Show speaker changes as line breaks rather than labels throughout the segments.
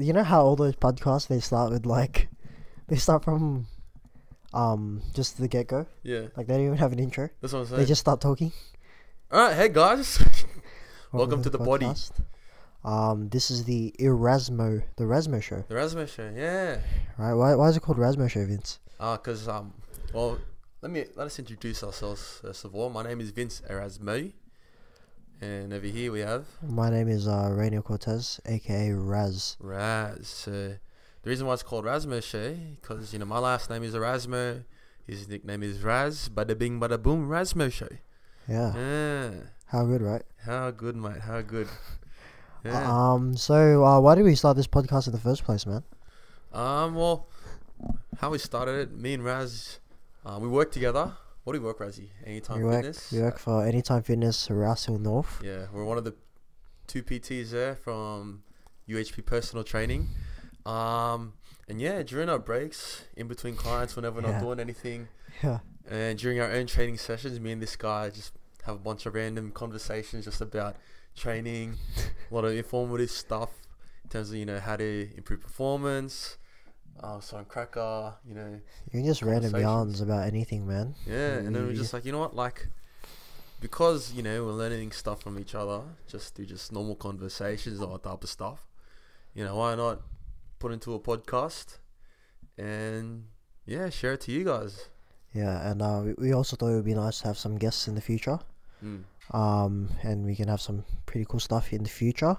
You know how all those podcasts they start with like they start from um just the get go.
Yeah,
Like they don't even have an intro.
that's what I'm
They
saying.
just start talking.
All right, hey guys. Welcome to the body.
podcast. Um, this is the Erasmo, the Rasmo show,
the resume show, yeah.
right? Why, why is it called Rasmo show, Vince?
Ah, cause um, well, let me let us introduce ourselves first of all. My name is Vince Erasmo, and over here we have
My name is uh, Rainier Cortez, aka Raz.
Raz. So the reason why it's called Rasmo show, cause you know my last name is Erasmo. His nickname is Raz. Bada bing, bada boom. Rasmo show.
Yeah,
Yeah.
how good, right?
How good, mate. How good. Yeah.
Um, so uh, why did we start this podcast in the first place, man?
Um, well, how we started it, me and Raz, uh, we work together. What do we work, Razzie? Anytime
we work,
Fitness?
we work for Anytime Fitness, Russell North.
Yeah, we're one of the two PTs there from UHP Personal Training. Um, and yeah, during our breaks, in between clients, whenever we're
Yeah.
not doing anything,
Yeah,
and during our own training sessions, me and this guy just have a bunch of random conversations just about training, a lot of informative stuff in terms of, you know, how to improve performance. Uh, so on cracker, you know,
you can just random
Conversations.
yarns about anything, man.
Yeah, and then we're
Yeah.
just like, you know what, like, because you know we're learning stuff from each other, just through just normal conversations or that type of stuff. You know, why not put into a podcast and yeah, share it to you guys.
Yeah, and uh, we, we also thought it would be nice to have some guests in the future.
Mm.
um, and we can have some pretty cool stuff in the future.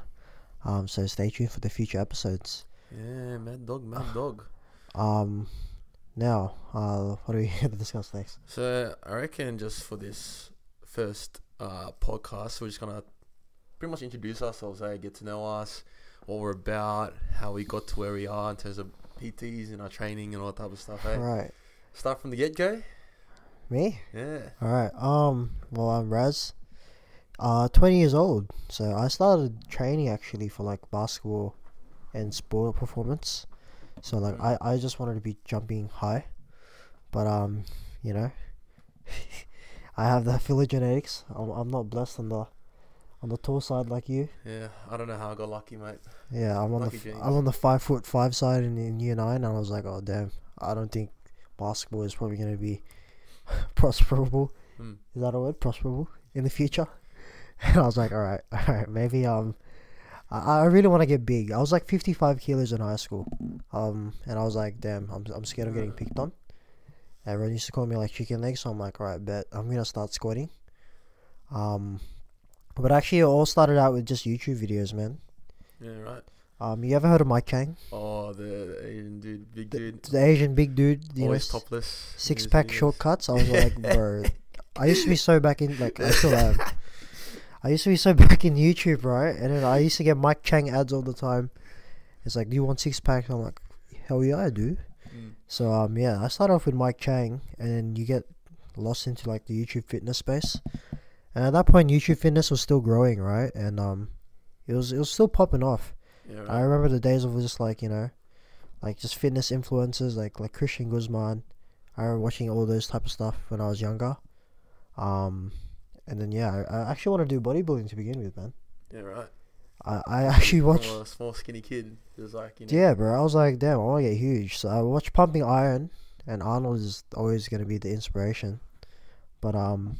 Um, so stay tuned for the future episodes.
Yeah, mad dog, mad dog.
Um, now, uh, what are we going to discuss next?
So I reckon just for this first uh, podcast, we're just gonna pretty much introduce ourselves, eh? get to know us, what we're about, how we got to where we are in terms of PTs and our training and all that type of stuff. Eh?
All right,
Start from the get go.
me.
Yeah.
All right. Um, well, I'm Raz. Uh, 20 years old. So I started training actually for like basketball and sport performance. So like I, I just wanted to be jumping high, but um, you know, I have the phylogenetics. I'm, I'm not blessed on the on the tall side like you.
Yeah. I don't know how I got lucky, mate.
Yeah, I'm on the
Lucky
f-
James.
I'm on the five foot five side in, in year nine, and I was like, oh damn, I don't think basketball is probably gonna be prosperable.
Mm.
Is that a word? Prosperable in the future? And I was like, all right, all right, maybe um, I, I really want to get big. I was like 55 kilos in high school, um, and I was like, damn, I'm I'm scared of getting picked on. Everyone used to call me like chicken leg, so I'm like, all right, bet I'm gonna start squatting. Um, but actually, it all started out with just YouTube videos, man.
Yeah, right.
Um, you ever heard of Mike Kang?
Oh, the Asian dude, big dude,
The Asian big dude, you know,
always topless. in
six
his
pack
videos.
shortcuts. I was like, bro, I used to be so back in like I still am. I used to be so back in YouTube, right? And then I used to get Mike Chang ads all the time. It's like, do you want six packs? I'm like, hell yeah, I do.
Mm.
So um, yeah, I started off with Mike Chang, and then you get lost into like the YouTube fitness space. And at that point, YouTube fitness was still growing, right? And um, it was it was still popping off.
Yeah,
I
right.
remember the days of just like you know, like just fitness influencers like like Christian Guzman. I remember watching all those type of stuff when I was younger. Um, and then yeah, I, I actually want to do bodybuilding to begin with, man.
Yeah, right.
I, I actually
Small-
watched.
small skinny kid. It was like, you know,
Yeah, bro. I was like, damn, I want to get huge. So I watched Pumping Iron, and Arnold is always gonna be the inspiration. But um,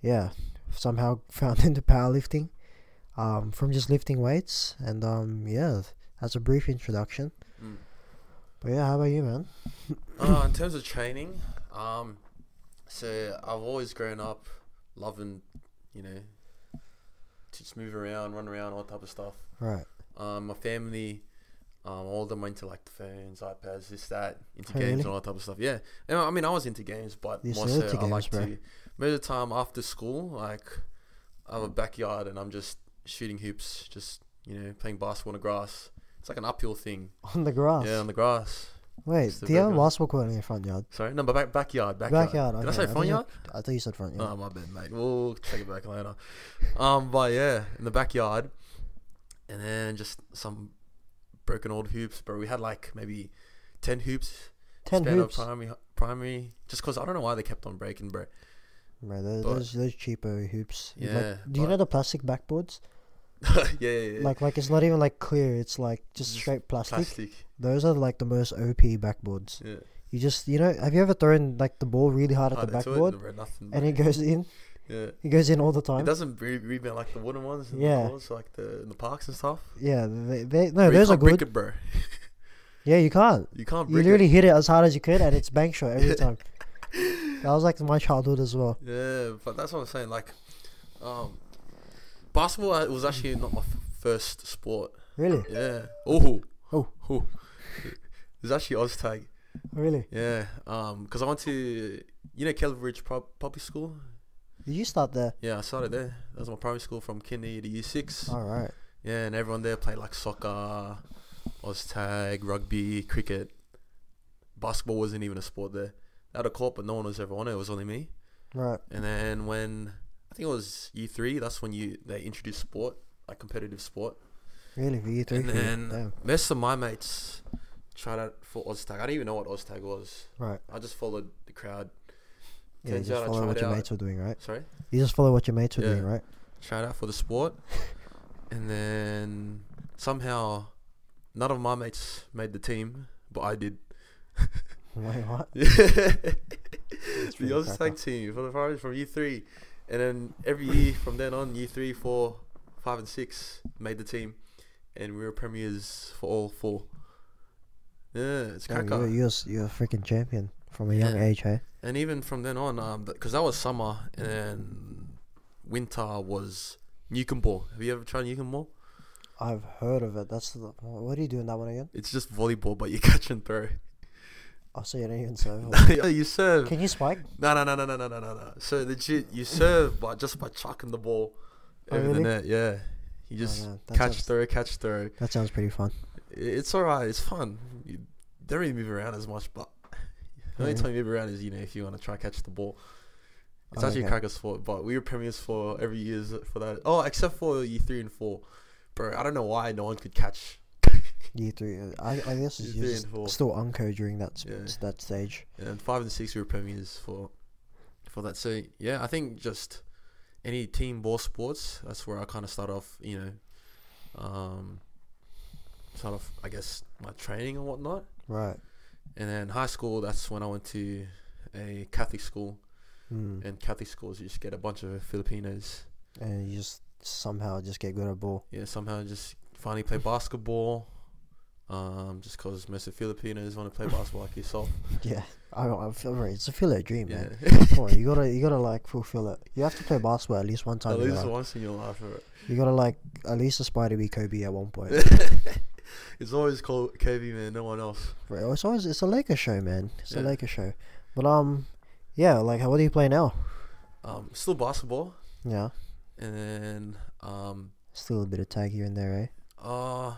yeah, somehow found into powerlifting, um, from just lifting weights, and um, yeah, that's a brief introduction.
Mm.
But yeah, how about you, man?
Uh, in terms of training, um, so I've always grown up loving, you know, to just move around, run around, all type of stuff.
Right.
Um, my family, um, all of them were into like the phones, iPads, this, that, into
Oh,
games
really?
and all that type of stuff. Yeah, and, I mean, I was into games, but
You're
more
still
so
into
I like
games, bro.
to. Most of the time after school, like I have a backyard and I'm just shooting hoops, just you know, playing basketball on the grass. It's like an uphill thing.
On the grass.
Yeah, on the grass.
Wait,
It's the
do you have a
regular-
basketball court in your front yard?
Sorry, no, but back backyard, backyard.
Backyard. okay.
Did I say front
thought you-
yard?
I thought you said front yard.
Oh my bad, mate. We'll check it back later. Um, but yeah, in the backyard, and then just some broken old hoops, bro. We had like maybe ten hoops.
Ten
span of
hoops.
Primary, primary. Just cause I don't know why they kept on breaking, bro.
Bro, those,
but-
those those cheapo hoops. You like-
Yeah,
do you
but-
know the plastic backboards?
yeah, yeah, yeah.
Like like it's not even like clear. It's like just
Just
straight plastic.
plastic.
Those are like the most OP backboards.
Yeah.
You just you know have you ever thrown like the ball really hard at
Hard
the
into it,
backboard
there were nothing,
and
bro.
it goes in?
yeah.
It goes in all the
It
time.
doesn't re- rebound like the wooden ones. And
Yeah.
The balls, like the in the parks and stuff.
Yeah, they, they
Bro,
no
you
those are
can't brick
good.
It, bro.
Yeah, you can't.
You can't
You
brick
literally
it.
hit it as hard as you could, and it's bank shot every time. That was like my childhood as well.
Yeah, but that's what I'm saying. Like, um, basketball uh, was actually not my f- first sport.
Really,
Yeah. Oh.
Oh.
Oh. It's actually Oztag.
really.
Yeah. Um, because I went to you know Kelveridge Pub- Public School.
Did you start there?
Yeah, I started there. That was my primary school from kindy to year six.
All right.
Yeah, and everyone there played like soccer, Oztag, rugby, cricket. Basketball wasn't even a sport there. They had a court, but no one was ever on it. It was only me.
Right.
And then when I think it was year three, that's when you they introduced sport, like competitive sport.
Really, for you three.
and
for you.
then
Damn.
most of my mates tried out for Oztag. I didn't even know what Oztag was.
Right.
I just followed the crowd.
Yeah, you
turns
just
out I
follow what
tried
your
out-
mates were doing, right?
Sorry,
You just follow what your mates were
Yeah.
doing, right?
tried out for the sport, and then somehow none of my mates made the team, but I did.
Wait, what?
the
really
Oztag
cracker.
team for the primary from year three, and then every year from then on, year three, four, five, and six made the team, and we were premiers for all four. Yeah, it's
Damn,
cracker.
you're, you're, s- you're a freaking champion from a young
Yeah.
age, hey?
And even from then on, um, because that was summer and then winter was Newcombe Ball. Have you ever tried Newcombe Ball?
I've heard of it. That's the, wh- what are you doing that one again?
It's just volleyball, but you catch and throw.
Oh, so you don't even serve. it.
you serve.
Can you spike?
No, no, no, no, no, no, no, no, no. So legit, you serve by just by chucking the ball
Oh,
over
really?
the net. Yeah, you just
man, Oh, that
catch
sounds-
throw, catch throw. I-
That sounds pretty fun.
It's alright. It's fun. You don't really move around as much, but the only
Yeah.
time you move around is you know if you want to try catch the ball. It's
Oh,
actually
okay.
cracker sport, but we were premiers for every year for that. Oh, except for year three and four, bro. I don't know why no one could catch.
Year three. uh, I, I guess
Year
you're
three
just
and four.
still unco during that sp-
Yeah.
that stage.
And five and six we were premiers for, for that. So yeah, I think just any team ball sports. That's where I kind of start off. You know, um, start off I guess my training and whatnot.
Right.
And then high school, that's when I went to a Catholic school.
Mm.
And Catholic schools, you just get a bunch of Filipinos.
And you just somehow just get good at ball.
Yeah, somehow just finally play basketball. Um, just because most of Filipinos want to play basketball like yourself.
Yeah. I, I feel right. It's a filler dream,
Yeah.
man. Come on, you gotta you gotta like fulfill it. You have to play basketball at least one time.
At
in your
least
life.
once in your life. right?
You gotta like at least aspire to be Kobe at one point.
It's always called Kobe, man, no one else.
Bro, it's always it's a Laker show, man. It's a
Yeah.
Laker show. But um, yeah, like how what do you play now?
Um, still basketball.
Yeah,
And then um,
still a bit of tag here and there, eh?
uh,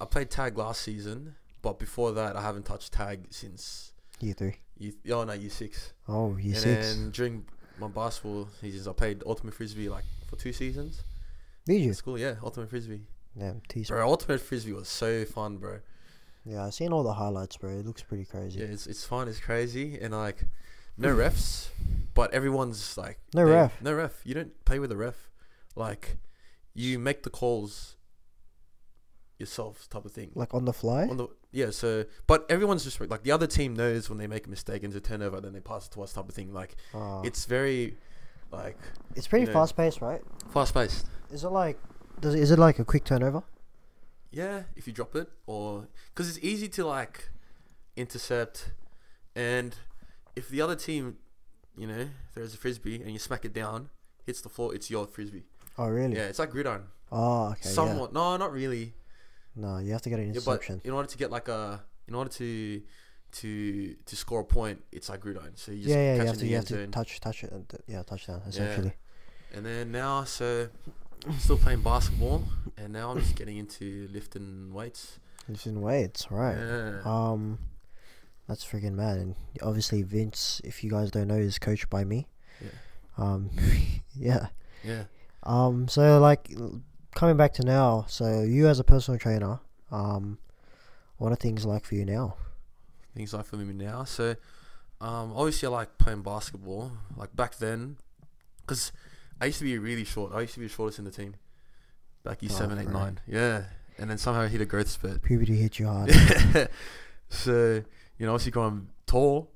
I played tag last season. But before that, I haven't touched tag since
Year three.
you. Oh, no, year six.
Oh, year
and
six.
then during my basketball seasons, I played ultimate frisbee like for two seasons.
Did
In
you?
school, yeah, ultimate frisbee.
Damn, T.
Bro, ultimate frisbee was so fun, bro.
Yeah, I seen all the highlights, bro. It looks pretty crazy.
Yeah, it's it's fun, it's crazy, and like no refs, but everyone's like
Mm. No ref.
No ref. You don't play with a ref. Like you make the calls yourself, type of thing.
Like on the fly.
On the yeah, so but everyone's just like the other team knows when they make a mistake and it's a turnover, then they pass it to us, type of thing. Like
Oh.
it's very like
it's pretty
yeah.
fast paced, right?
fast paced.
Is it like does it, is it like a quick turnover?
Yeah, if you drop it, or because it's easy to like intercept, and if the other team, you know, there's a frisbee and you smack it down, hits the floor, it's your frisbee.
Oh really?
Yeah, it's like gridiron.
Oh okay.
Somewhat, no, not really.
Yeah. No, you have to get an
Yeah, but
interception.
in order to get like a, in order to to to score a point, it's like gridiron. So you just
Yeah, yeah, you
catch it
have
in
to
the
you have
end
to
zone.
touch touch it and th- yeah touchdown essentially.
And then now, so still playing basketball, and now I'm just getting into lifting weights.
It's in weights, right?
Yeah.
Um, that's freaking mad. And obviously, Vince, if you guys don't know, is coached by me.
Yeah.
Um, yeah.
yeah.
Um, so like l- coming back to now, so you as a personal trainer, um, what are things like for you now?
things like for me now. So, um, obviously, I like playing basketball. Like back then, because I used to be really short. I used to be the shortest in the team. back year
Oh,
seven, eight,
right.
nine. Yeah, and then somehow I hit a growth spurt.
Puberty hit you hard.
so you know, obviously, growing tall,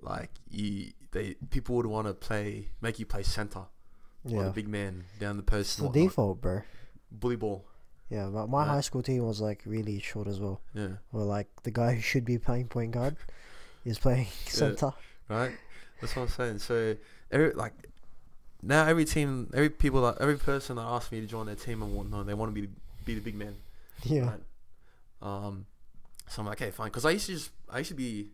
like you, they people would want to play, make you play center or the
yeah.
big man down the post.
It's
and
the
whatnot.
default, bro.
bully ball.
Yeah, but my
Yeah.
high school team was like really short as well.
Yeah,
Or like the guy who should be playing point guard is playing center.
right. That's what I'm saying. So every like now, every team, every people, that every person that asked me to join their team and whatnot, they want to be be the big man.
Yeah.
Right. Um, so I'm like, okay, fine. Because I used to just, I used to be,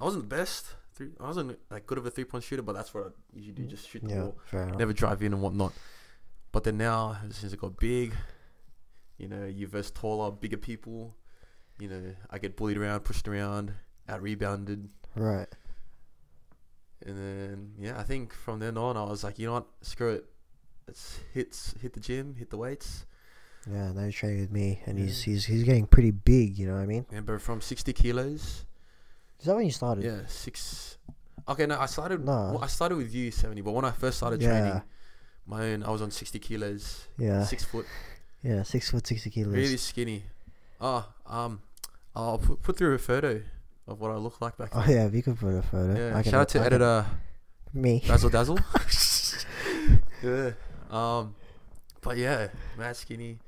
I wasn't the best. Three, I wasn't like good of a three point shooter, but that's what I usually do, just shoot the
Yeah.
ball,
Fair enough.
never drive in and whatnot. But then now, ever since I got big, you know, you verse taller, bigger people. You know, I get bullied around, pushed around, out rebounded,
Right.
and then yeah, I think from then on, I was like, you know what, screw it. It's hits, hit the gym, hit the weights.
Yeah, now he's training with me and
Yeah.
he's he's he's getting pretty big, you know what I mean?
Remember from 60 kilos,
Is that when you started?
Yeah, six. Okay, no, I started.
Mm. No.
Well, I started with you seventy, but when I first started
Yeah.
training, my own, I was on sixty kilos,
Yeah.
six foot,
Yeah, six foot sixty kilos.
really skinny. Ah, um, I'll put, put through a photo of what I look like back
Oh
then.
yeah, if you could put a photo.
yeah,
I can,
shout out to
I can-
editor
me.
Dazzle Dazzle. yeah. Um, but yeah, mad skinny,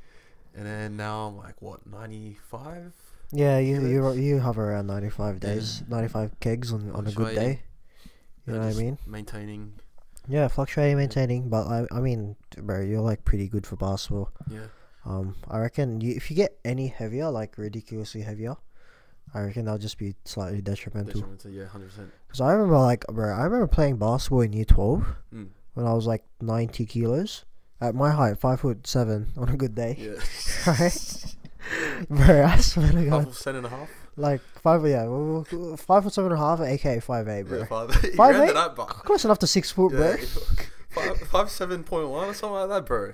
and then now I'm like what ninety five.
Yeah, you you
kilos.
you hover around ninety five
Yeah.
days, ninety five kegs on on a good
Fluctuating.
day. You know what I mean?
Maintaining.
Yeah, fluctuating, maintaining, but I I mean, bro, you're like pretty good for basketball.
Yeah.
Um, I reckon you, if you get any heavier, like ridiculously heavier, I reckon that'll just be slightly detrimental.
Detrimental. Yeah, hundred percent.
Because I remember, like, bro, I remember playing basketball in year twelve
Mm.
when I was like ninety kilos at my height, five foot seven on a good day.
Yeah.
Right? bro, I swear to God,
Couple cent and a half.
like five, yeah, w- w- five foot seven and a half, aka five eight, bro.
Yeah, five eight.
Five
you
eight?
rounded up, bro.
Close enough to six foot,
Yeah,
bro.
five, five seven point one or something like that, bro.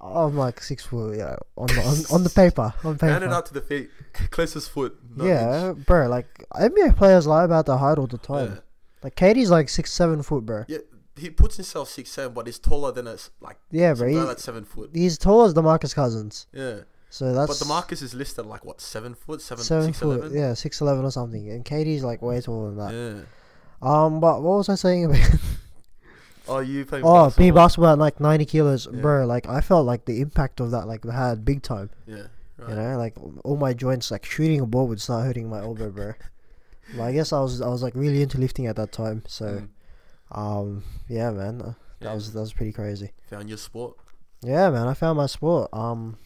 I'm like six foot, yeah, on the, on, on the paper, on paper.
Rounded up to the feet, closest foot. not
yeah,
inch.
bro. Like NBA players lie about their height all the time.
Yeah.
Like Katie's like six seven foot, bro.
Yeah, he puts himself six seven, but he's taller than us. Like
Yeah,
some
bro.
guy
He,
that's seven foot.
he's tall as Demarcus Cousins.
Yeah,
So
but
that's
the Marcus is listed like what seven foot, seven,
seven
six,
foot,
eleven?
yeah, six eleven or something. And Katie's like way taller than that.
Yeah.
Um, but what was I saying about?
Oh, you playing?
oh,
basketball?
being basketball at like ninety kilos,
Yeah.
bro. Like I felt like the impact of that like had big time.
Yeah. Right.
You know, like all my joints, like shooting a ball would start hurting my elbow, bro. but I guess I was I was like really into lifting at that time. So,
Mm.
um, yeah, man, uh, that
Yeah.
was that was pretty crazy.
found your sport.
Yeah, man, I found my sport. Um,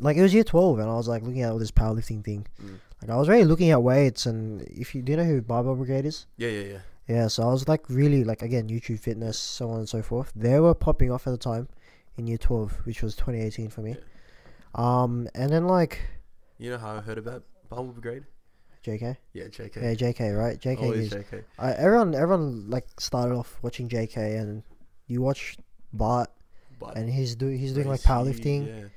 like it was year twelve, and I was like looking at all this powerlifting thing.
Mm.
Like I was really looking at weights, and if you do you know who Barbell Brigade is,
Yeah, yeah, yeah.
yeah. So I was like really like again YouTube Fitness, so on and so forth. They were popping off at the time in year twelve, which was twenty eighteen for me.
Yeah.
Um, and then like
You know how I heard about Bubble Brigade?
JK,
Yeah, JK.
yeah, JK, right? JK is
Always JK.
I, everyone. Everyone like started off watching JK, and you watch Bart,
But
and he's do he's doing like
crazy,
powerlifting.
Yeah.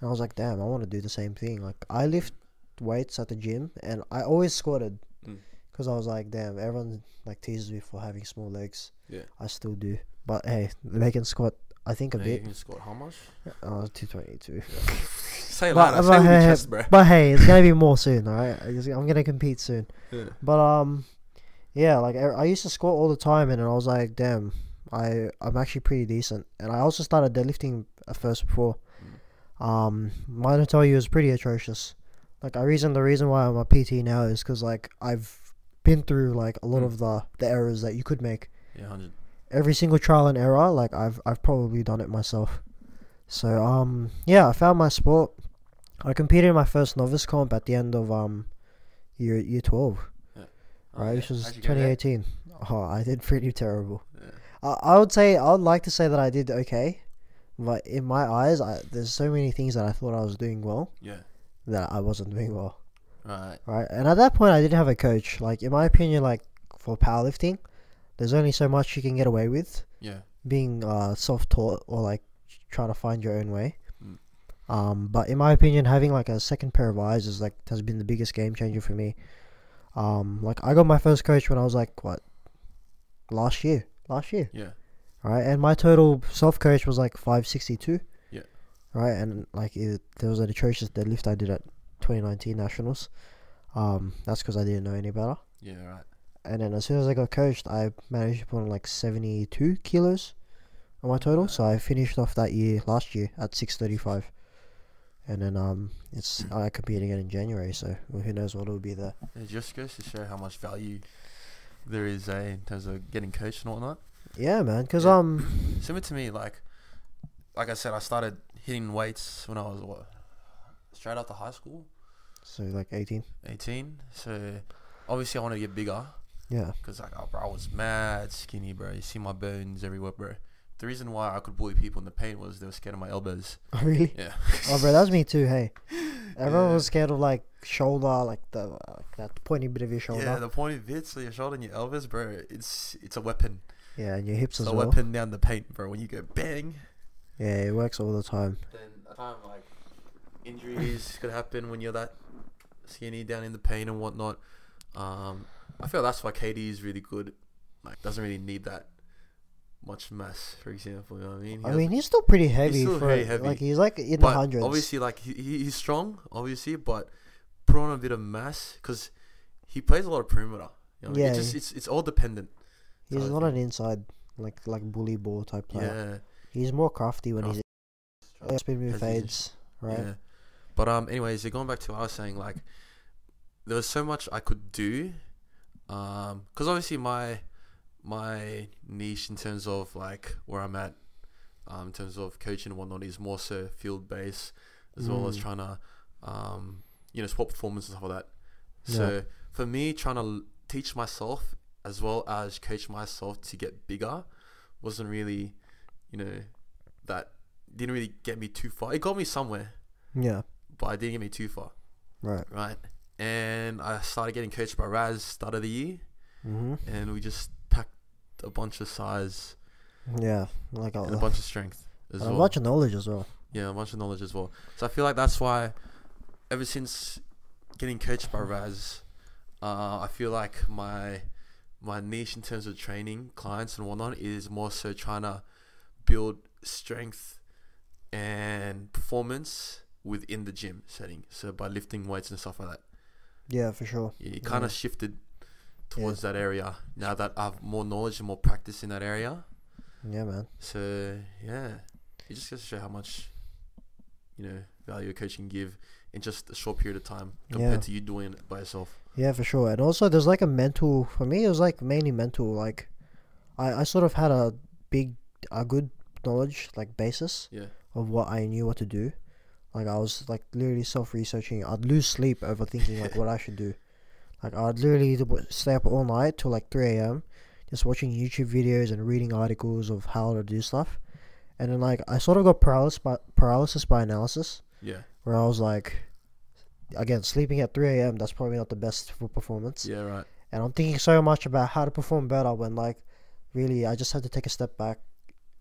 And I was like, damn, I want to do the same thing. Like, I lift weights at the gym and I always squatted
Mm.
because I was like, damn, everyone like teases me for having small legs.
Yeah.
I still do. But hey, they can squat, I think, a
Now you
bit.
can score how much?
Oh, 222.
Say
But-
louder. Say
but
with your
hey,
chest, bro.
But hey, it's going to be more soon, all right? I'm going to compete soon.
Yeah.
But, um, yeah, like, I, I used to squat all the time and I was like, damn, I, I'm actually pretty decent. And I also started deadlifting at first before. Um, mine I tell you is pretty atrocious. Like I reason the reason why I'm a PT now is because like I've been through like a lot
Mm.
of the the errors that you could make.
Yeah, hundred.
Every single trial and error, like I've I've probably done it myself. So um yeah, I found my sport. I competed in my first novice comp at the end of um year year twelve, right? Which was 2018. Oh, I did pretty terrible.
Yeah.
I I would say I would like to say that I did okay, but in my eyes, I, there's so many things that I thought I was doing well
Yeah.
that I wasn't doing well.
Right.
Right, and at that point, I didn't have a coach. Like in my opinion, like for powerlifting, there's only so much you can get away with
Yeah.
being uh, self-taught or like trying to find your own way.
Mm.
Um, but in my opinion, having like a second pair of eyes is like has been the biggest game changer for me. Um, like I got my first coach when I was like what last year, last year.
Yeah.
All right, and my total self coach was like five sixty two.
Yeah.
right? And like it, there was an atrocious deadlift I did at 2019 nationals. Um, that's because I didn't know any better.
Yeah, right.
And then as soon as I got coached, I managed to put on like 72 kilos on my total. So I finished off that year last year at 635. And then um, it's I compete again in January, so who knows what will be there.
It just goes to show how much value there is eh, in terms of getting coached and whatnot.
Yeah, man. Because
Yeah.
um,
Similar to me, like like I said, I started hitting weights when I was what straight after high school,
so like 18.
eighteen. So obviously I wanted to get bigger
Yeah.
because like oh, bro, I was mad skinny, bro. You see my bones everywhere, bro. The reason why I could bully people in the paint was they were scared of my elbows.
really?
Yeah.
Oh, bro, that's me too. Hey, everyone
Yeah.
was scared of like shoulder, like the like that pointy bit of your shoulder.
Yeah, the pointed bits of your shoulder and your elbows, bro. It's it's a weapon.
Yeah, and your hips
It's
as
a
well.
weapon down the paint, bro. When you go bang,
Yeah, it works all the time.
then at time like injuries could happen when you're that skinny down in the pain and whatnot. Um, I feel that's why KD is really good. Like doesn't really need that much mass, for example. You know what I mean? He
I
doesn't-
mean, he's still pretty heavy.
still
for,
very
a-
heavy,
Like he's like in the
but
hundreds.
obviously, like he, he- he's strong, obviously, but put on a bit of mass because he plays a lot of perimeter. You know?
Yeah,
it's just
he-
it's it's all dependent.
he's
I
not
think-
an inside like like bully ball type player.
Yeah. Oh.
He's more crafty when he's uh, spin move
As he's-
fades, right?
Yeah. But um, anyways, yeah, going back to what I was saying, like there was so much I could do, um, because obviously my my niche in terms of like where I'm at, um, in terms of coaching and whatnot is more so field based, as well as
Mm.
trying to, um, you know, sport performance and stuff like that.
Yeah.
So for me, trying to l- teach myself as well as coach myself to get bigger wasn't really, you know, that didn't really get me too far. It got me somewhere,
Yeah,
but it didn't get me too far,
right.
right? And I started getting coached by Raz start of the year,
Mm-hmm.
and we just packed a bunch of size
Yeah, like a,
and a
a,
bunch of strength as well.
bunch of knowledge as well.
yeah, a bunch of knowledge as well. So I feel like that's why, ever since getting coached by Raz, uh, I feel like my my niche in terms of training clients and whatnot is more so trying to build strength and performance within the gym setting. So by lifting weights and stuff like that.
Yeah, for sure.
Yeah, it kind
Yeah.
of shifted towards that area now that I've more knowledge and more practice in that area.
Yeah, man.
So yeah, it just goes to show how much you know value a coach can give in just a short period of time compared
Yeah.
to you doing it by yourself.
Yeah, for sure. And also, there's like a mental. For me, it was like mainly mental. Like, I I sort of had a big, a good knowledge like basis.
Yeah,
of what I knew what to do. Like I was like literally self researching. I'd lose sleep overthinking like what I should do. Like I'd literally d- w- stay up all night till like three a.m. just watching YouTube videos and reading articles of how to do stuff. And then like I sort of got paralysis by paralysis by analysis,
yeah,
where I was like, again sleeping at three a.m. That's probably not the best for performance.
yeah, right.
And I'm thinking so much about how to perform better when like really I just had to take a step back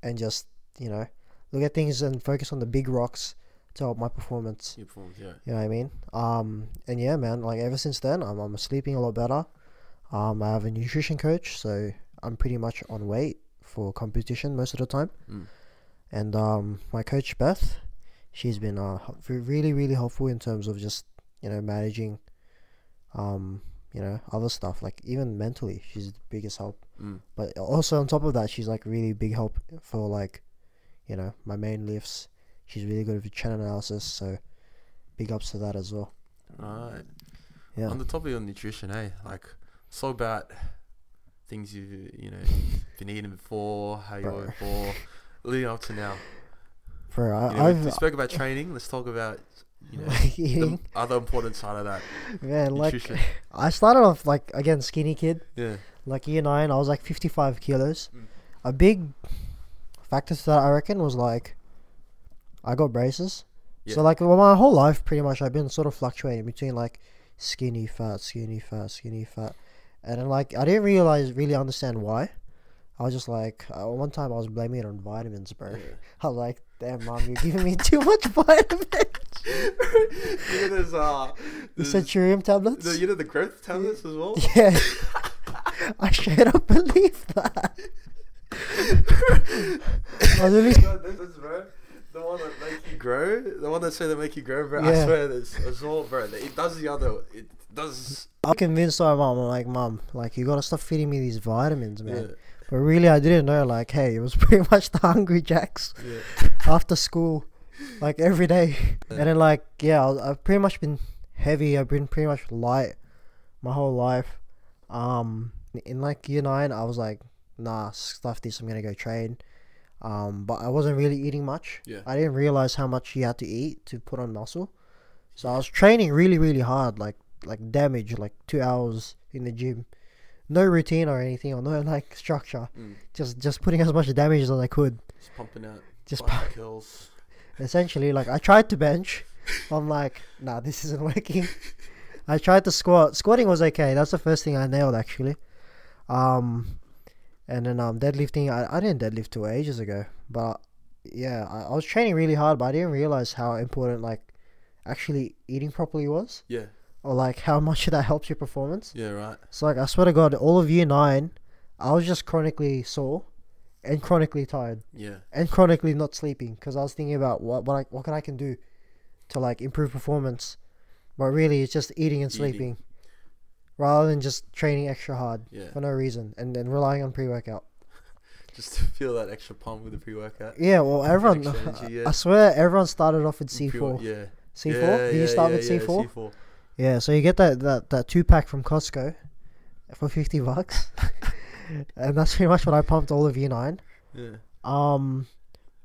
and just, you know, look at things and focus on the big rocks to help my performance.
You performed, yeah.
You know what I mean? Um and yeah man, like ever since then I'm I'm sleeping a lot better. Um I have a nutrition coach, so I'm pretty much on weight for competition most of the time.
Mm.
And um my coach Beth, she's been uh hel- re- really, really helpful in terms of just, you know, managing um, you know, other stuff. Like even mentally, she's the biggest help
Mm.
but also on top of that, she's like really big help for like, you know, my main lifts. She's really good with channel analysis, so big ups to that as well.
Right.
Yeah.
On the topic of nutrition, eh? Like, it's all about things you you know been eating before, how you were
Bro.
before, leading up to now.
Bro, I,
You know, we- we
I've
spoke about training. Let's talk about you know the
eating,
other important side of that
man. Like
nutrition.
I started off like again skinny kid,
yeah,
like year nine. I was like fifty five kilos.
Mm.
A big factor to that, I reckon, was like I got braces.
Yeah.
So like well, my whole life, pretty much, I've been sort of fluctuating between like skinny fat, skinny fat, skinny fat, and then like I didn't realize really understand why. I was just like, uh, one time I was blaming it on vitamins, bro.
yeah.
I was like, damn, mom, you're giving me too much vitamins.
Uh, you know those uh,
The
those-
Centurium tablets.
the, you know the growth tablets as well.
yeah, I straight up believe that. I was Oh, really
God, this is, bro. The one that make you grow, the one that say they make you grow, bro. I
Yeah.
swear, it's, it's all, bro. It does the other. It does.
I convinced my mom. I'm like, mom, like you gotta stop feeding me these vitamins, man.
Yeah,
But really, I didn't know. Like, hey, it was pretty much the Hungry Jacks
yeah.
after school, like every day. And then, like, yeah, I- I've pretty much been heavy. I've been pretty much light my whole life. Um, in like year nine, I was like, nah, stuff this. I'm gonna go train. Um, but I wasn't really eating much.
Yeah.
I didn't realize how much you had to eat to put on muscle. So I was training really, really hard, like like damage, like two hours in the gym. No routine or anything, or no like structure.
Mm.
Just just putting as much damage as I could.
Just pumping out.
Just
bicep curls.
essentially like I tried to bench. I'm like, nah, this isn't working. I tried to squat. Squatting was okay. That's the first thing I nailed actually. Um, and then um, deadlifting. I, I didn't deadlift two ages ago, but yeah, I, I was training really hard, but I didn't realize how important like actually eating properly was,
Yeah,
or like how much that helps your performance.
yeah, right.
So like, I swear to God, all of year nine, I was just chronically sore, and chronically tired
Yeah,
and chronically not sleeping because I was thinking about what what I, what can I can do to like improve performance, but really it's just eating and
Eating.
sleeping, rather than just training extra hard
yeah.
for no reason and then relying on pre workout.
Just to feel that extra pump with the pre-workout.
Yeah, well everyone,
extra energy, yeah.
I swear everyone started off with C
Pre-
four.
Yeah.
C four?
Yeah,
Did
yeah,
you start
yeah,
with
yeah,
C four?
C4.
Yeah, so you get that that, that two pack from Costco for fifty bucks, and that's pretty much what I pumped all of year nine.
Yeah.
Um,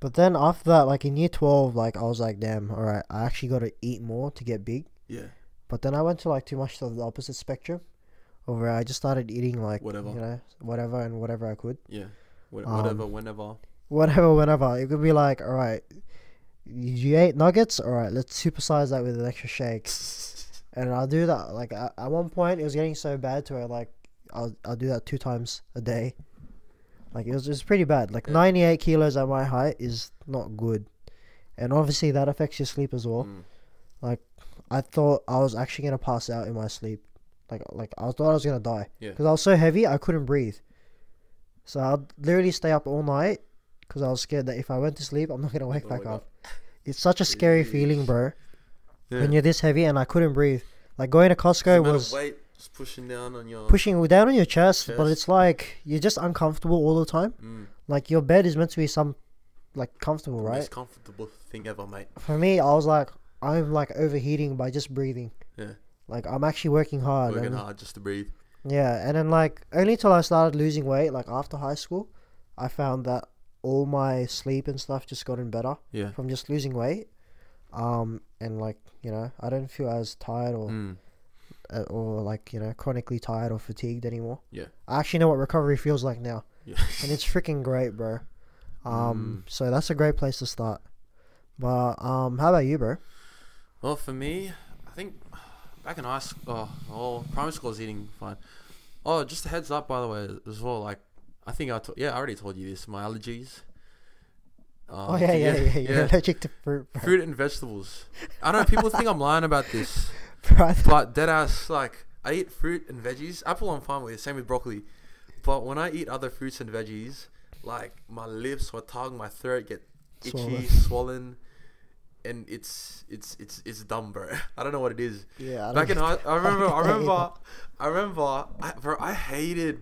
but then after that, like in year twelve, like I was like, damn, all right, I actually got to eat more to get big.
Yeah.
But then I went to like too much of the opposite spectrum, of where I just started eating like
Whatever.
you know, whatever and whatever I could,
Yeah. Wha-
Um,
Whatever, whenever.
whatever, whenever. It could be like, all right, you ate nuggets, all right, let's supersize that with an extra shake, and I'll do that. Like at, at one point, it was getting so bad to where like I'll I'll do that two times a day. Like it was, it was pretty bad. Like
Yeah.
98 kilos at my height is not good, and obviously that affects your sleep as well.
Mm.
I thought I was actually gonna pass out in my sleep, like like I thought I was gonna die
Yeah.
because I was so heavy I couldn't breathe. So I'd literally stay up all night because I was scared that if I went to sleep I'm not gonna wake
Don't
back
wake
up. It's such a scary feeling,
Oh Jeez.
bro.
Yeah.
When you're this heavy and I couldn't breathe, like going to
The
Costco
amount of
was
weight just pushing down on your.
pushing down on your chest, but
Chest.
it's like you're just uncomfortable all the time.
Mm.
Like your bed is meant to be some like comfortable,
Right.
right?
Most comfortable thing ever, mate.
for me, I was like, I'm like overheating by just breathing.
Yeah.
Like I'm actually working hard.
Working
and,
hard just to breathe.
Yeah, and then like only till I started losing weight, like after high school, I found that all my sleep and stuff just gotten better
Yeah.
from just losing weight. Um, and like you know, I don't feel as tired or
Mm.
uh, or like you know chronically tired or fatigued anymore.
Yeah.
I actually know what recovery feels like now,
Yeah.
and it's freaking great, bro. Um,
Mm.
so that's a great place to start. But um, how about you, bro?
Well, for me, I think back in high school, oh, oh, primary school is eating fine. Oh, just a heads up, by the way, as well. Like, I think I to- yeah, I already told you this. My allergies. Um,
Oh yeah, yeah, yeah. yeah. You're allergic to fruit, bro.
Fruit and vegetables. I know people think I'm lying about this,
Bro, I thought-
but dead ass, like, I eat fruit and veggies. Apple, I'm fine with. Same with broccoli. But when I eat other fruits and veggies, like my lips, my tongue, my throat get
Swollen.
itchy, swollen, and it's it's it's it's dumb, bro. I don't know what it is.
yeah, I don't
Back in
get
high,
that.
I remember,
don't
I
get that
remember,
either.
I remember, I, bro, I hated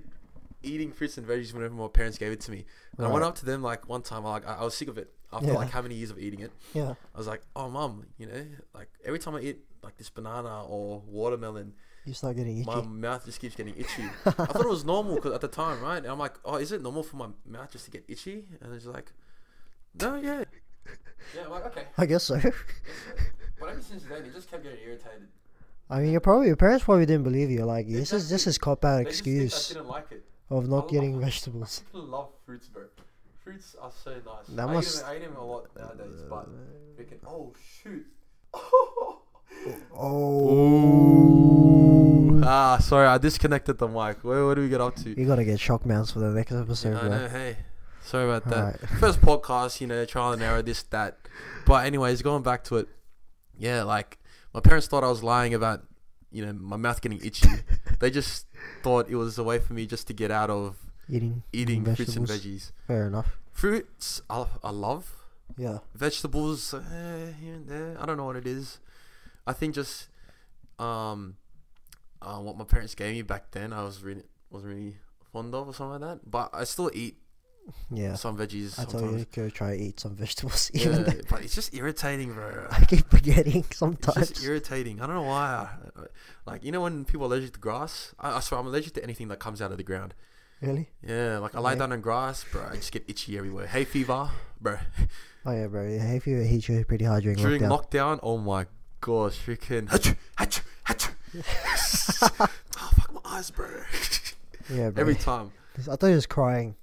eating fruits and veggies whenever my parents gave it to me. And I went
Right.
up to them like one time, I, like I, I was sick of it after
Yeah.
like how many years of eating it.
Yeah.
I was like, oh mum, you know, like every time I eat like this banana or watermelon,
You start getting itchy.
my mouth just keeps getting itchy. I thought it was normal 'cause at the time, right? And I'm like, oh, is it normal for my mouth just to get itchy? And it's like, no, yeah, yeah, I'm like okay.
I guess so.
But ever since then, it just kept getting irritated.
I mean, you're probably your parents probably didn't believe you. Like this is this
Exactly.
is cop out
They just think I
excuse
didn't like it.
of
Oh,
not getting
I-
vegetables.
I love fruits, bro. Fruits are so nice.
That
I,
must-
eat them, I eat them a lot nowadays, but freaking, oh shoot.
Oh,
ah, sorry, I disconnected the mic. Where, where do we get up to?
you gotta get shock mounts for the next episode,
I know,
bro.
hey. Sorry about that.
Alright.
First podcast, you know, trial and error, this, that. But anyways, going back to it, yeah, like my parents thought I was lying about, you know, my mouth getting itchy. they just thought it was a way for me just to get out of
Eating
eating fruits and
vegetables.
veggies.
Fair enough.
Fruits I, I love,
Yeah.
vegetables eh, here and there. I don't know what it is. I think just um, uh, what my parents gave me back then, I was really wasn't really fond of or something like that. But I still eat
Yeah.
some veggies
I told you
sometimes.
to go try to eat some vegetables. Even
Yeah,
though
but it's just irritating, bro.
I keep forgetting
It's
sometimes.
just irritating. I don't know why. I- I- Like you know when people are allergic to grass. I, I swear I'm allergic to anything that comes out of the ground.
really?
Yeah, like I lie
Okay.
down on grass, bro. I just get itchy everywhere. Hay fever, bro.
Oh yeah, bro. Yeah, if you hit you pretty hard during,
During
lockdown.
lockdown, oh my gosh, freaking. Hatchoo, hatchoo, hatchoo. oh fuck my eyes, bro.
yeah, bro.
Every time.
I thought he was crying.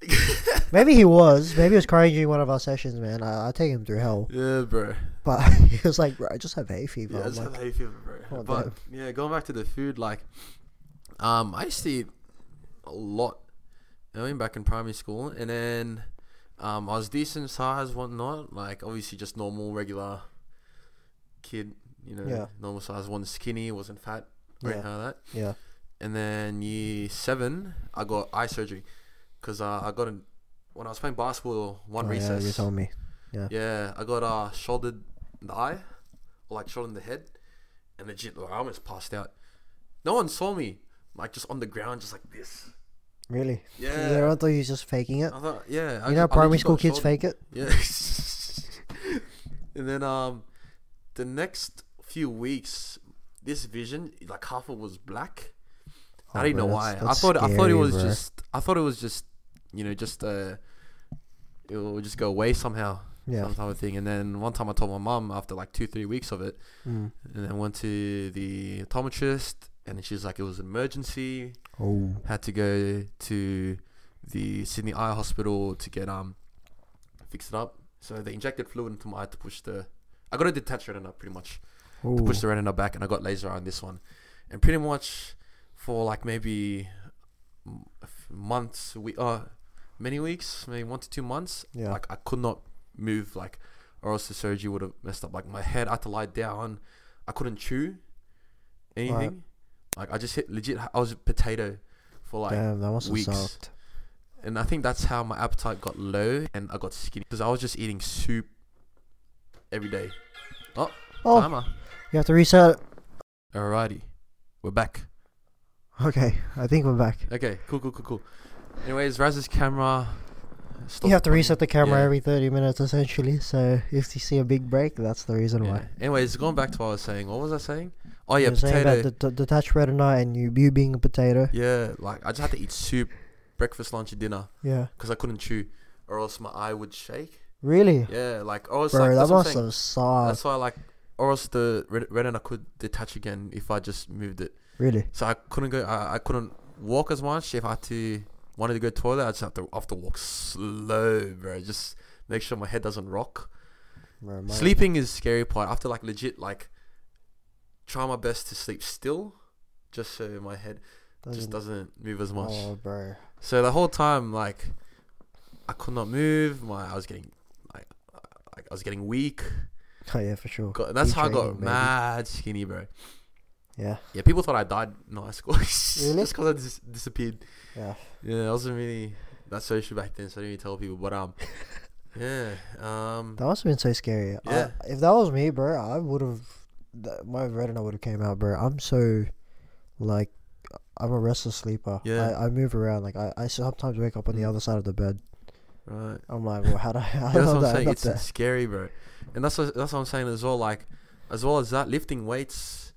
Maybe he was. Maybe he was crying during one of our sessions, man. I, I take him through hell.
Yeah, bro.
But he was like, bro, I just have hay fever.
Yeah, I
I'm
just
like,
have hay fever, bro.
Oh,
but yeah, going back to the food, like, um, I used to eat a lot. I mean, back in primary school, and then, um, I was decent size, whatnot. Like, obviously, just normal, regular kid. You know,
Yeah.
normal size, wasn't skinny, wasn't fat, or
Yeah.
anything like that.
yeah.
And then year seven, I got eye surgery because uh, I got an, when I was playing basketball one
Oh, yeah, you
recess. Yeah,
told me.
I got uh, shouldered in the eye, or like shouldered in the head, and legit, like, I almost passed out. No one saw me, like just on the ground, just like this.
Really?
Yeah.
Everyone thought you was just faking it.
I thought, yeah. I,
you
I
know, primary
legit
school
got
kids
shouldered.
fake it.
Yeah. and then um, the next few weeks, this vision, like half of it was black.
Oh,
I didn't
bro,
know why.
that's-
I
that's
thought I thought it
scary,
was
bro.
just I thought it was just you know just uh it will just go away somehow
yeah.
some type of thing. And then one time I told my mom after like two three weeks of it,
Mm.
and then went to the optometrist, and then she's like it was an emergency.
Oh.
Had to go to the Sydney Eye Hospital to get um fix it up. So they injected fluid into my eye to push the. I got a detached retina pretty much
Oh.
to push the retina back, and I got laser eye on this one. And pretty much for like maybe m- a f- months, we uh, many weeks, maybe one to two months,
Yeah.
like I could not move, like, or else the surgery would have messed up. Like my head, I had to lie down. I couldn't chew anything. Like I just hit legit. I was a potato for like
Damn, that must have
weeks.
sucked.
and I think that's how my appetite got low and I got skinny because I was just eating soup every day. Oh,
Oh.
timer.
You have to reset.
Alrighty, we're back.
Okay, I think we're back.
Okay, cool, cool, cool, cool. Anyways, Raz's camera.
You have to reset the camera
yeah.
every 30 minutes, essentially. So if you see a big break, that's the reason why.
Yeah. Anyways, going back to what I was saying. What was I saying? Oh yeah,
You're saying
potato.
about the the detached retina and you, you being a potato.
yeah, like I just had to eat soup, breakfast, lunch, and dinner
Yeah.
because I couldn't chew, or else my eye would shake.
Really?
Yeah, like or else
Bro,
like,
that
that's, what I'm
must
saying.
have sucked.
that's why like or else the ret- retina could detach again if I just moved it.
Really?
So I couldn't go. I, I couldn't walk as much. If I had to wanted to go toilet, I just have to I have to walk slow, bro. Just make sure my head doesn't rock.
Bro, my-
Sleeping is scary part. I have to like legit like try my best to sleep still, just so my head just doesn't move as much.
Oh, bro.
So the whole time like I could not move. My I was getting like like I was getting weak.
Oh, yeah, for sure.
Got, that's how I got
Retraining, baby.
mad skinny, bro.
Yeah.
Yeah, people thought I died in high school. really? Just because I dis- disappeared.
Yeah.
Yeah, I wasn't really that social back then, so I didn't really tell people. But um, yeah, um,
That must have been so scary. I-
Yeah.
if that was me, bro, I would have. My retina would have came out, bro. I'm so, like, I'm a restless sleeper.
Yeah.
I, I move around. Like, I, I sometimes wake up on the
Mm.
other side of the bed.
right.
I'm like, well, how do I? How
Yeah,
do
that's
I
what
end
I'm saying.
up
It's
there?
scary, bro. And that's what, that's what I'm saying as well. Like, as well as that, lifting weights,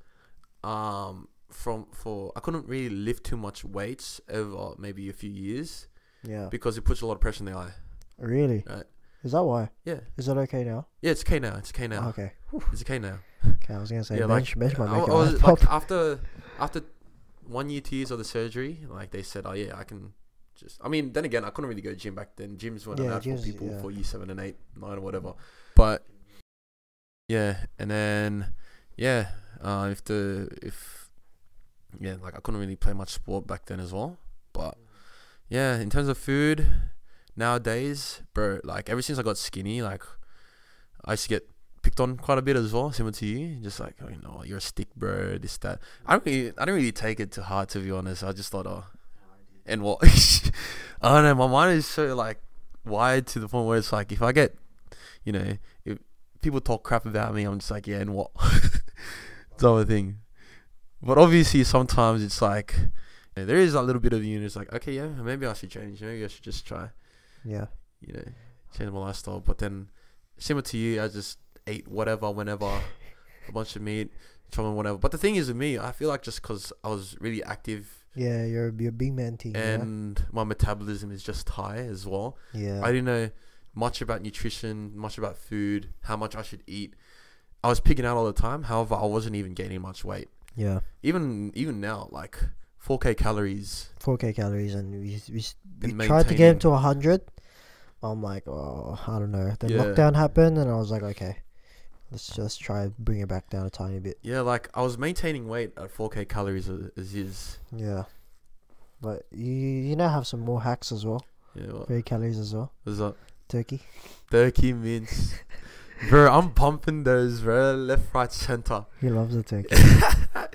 um, from for I couldn't really lift too much weights over maybe a few years
Yeah.
because it puts a lot of pressure in the eye.
Really?
Right.
Is that why?
Yeah,
Is that okay now?
yeah, it's okay now. It's okay now.
Okay.
It's okay now.
Okay, I was gonna say
Yeah, like,
bench, bench might
I,
make
I
your eyes
was
pop.
like after after one year, two years of the surgery, like they said, oh yeah, I can just. I mean, then again, I couldn't really go gym back then. Gyms weren't
Yeah,
allowed
gyms,
for people
yeah.
for year seven and eight, nine, or whatever. But yeah, and then yeah, uh, if the if yeah, like I couldn't really play much sport back then as well. But yeah, in terms of food, nowadays, bro, like ever since I got skinny, like I used to get picked on quite a bit as well, similar to you. Just like, oh, you know, you're a stick, bro. This, that. I don't really, I don't really take it to heart, to be honest. I just thought, oh, and what? I don't know. My mind is so like wired to the point where it's like, if I get, you know, if people talk crap about me, I'm just like, yeah, and what? sort of thing. But obviously, sometimes it's like you know, there is that little bit of you, and it's like, okay, yeah, maybe I should change. Maybe I should just try,
Yeah.
you know, change my lifestyle. But then, similar to you, I just ate whatever, whenever, a bunch of meat, chopping whatever. But the thing is with me, I feel like just because I was really active
Yeah, you're you're a big man team.
and my metabolism is just high as well,
yeah.
I didn't know much about nutrition, much about food, how much I should eat. I was picking out all the time. However, I wasn't even gaining much weight.
yeah.
Even even now, like 4k calories.
4k calories and we, we, s- we
And
tried to get him
maintaining.
to 100 i'm like oh i don't know then
Yeah.
lockdown happened and i was like okay let's just try and bring it back down a tiny bit
Yeah, like I was maintaining weight at 4k calories a- as is.
yeah but you you now have some more hacks as well
Yeah, what
very calories as well
was that?
turkey
Turkey mince. bro, I'm pumping those, bro. Left, right, center.
he loves the turkey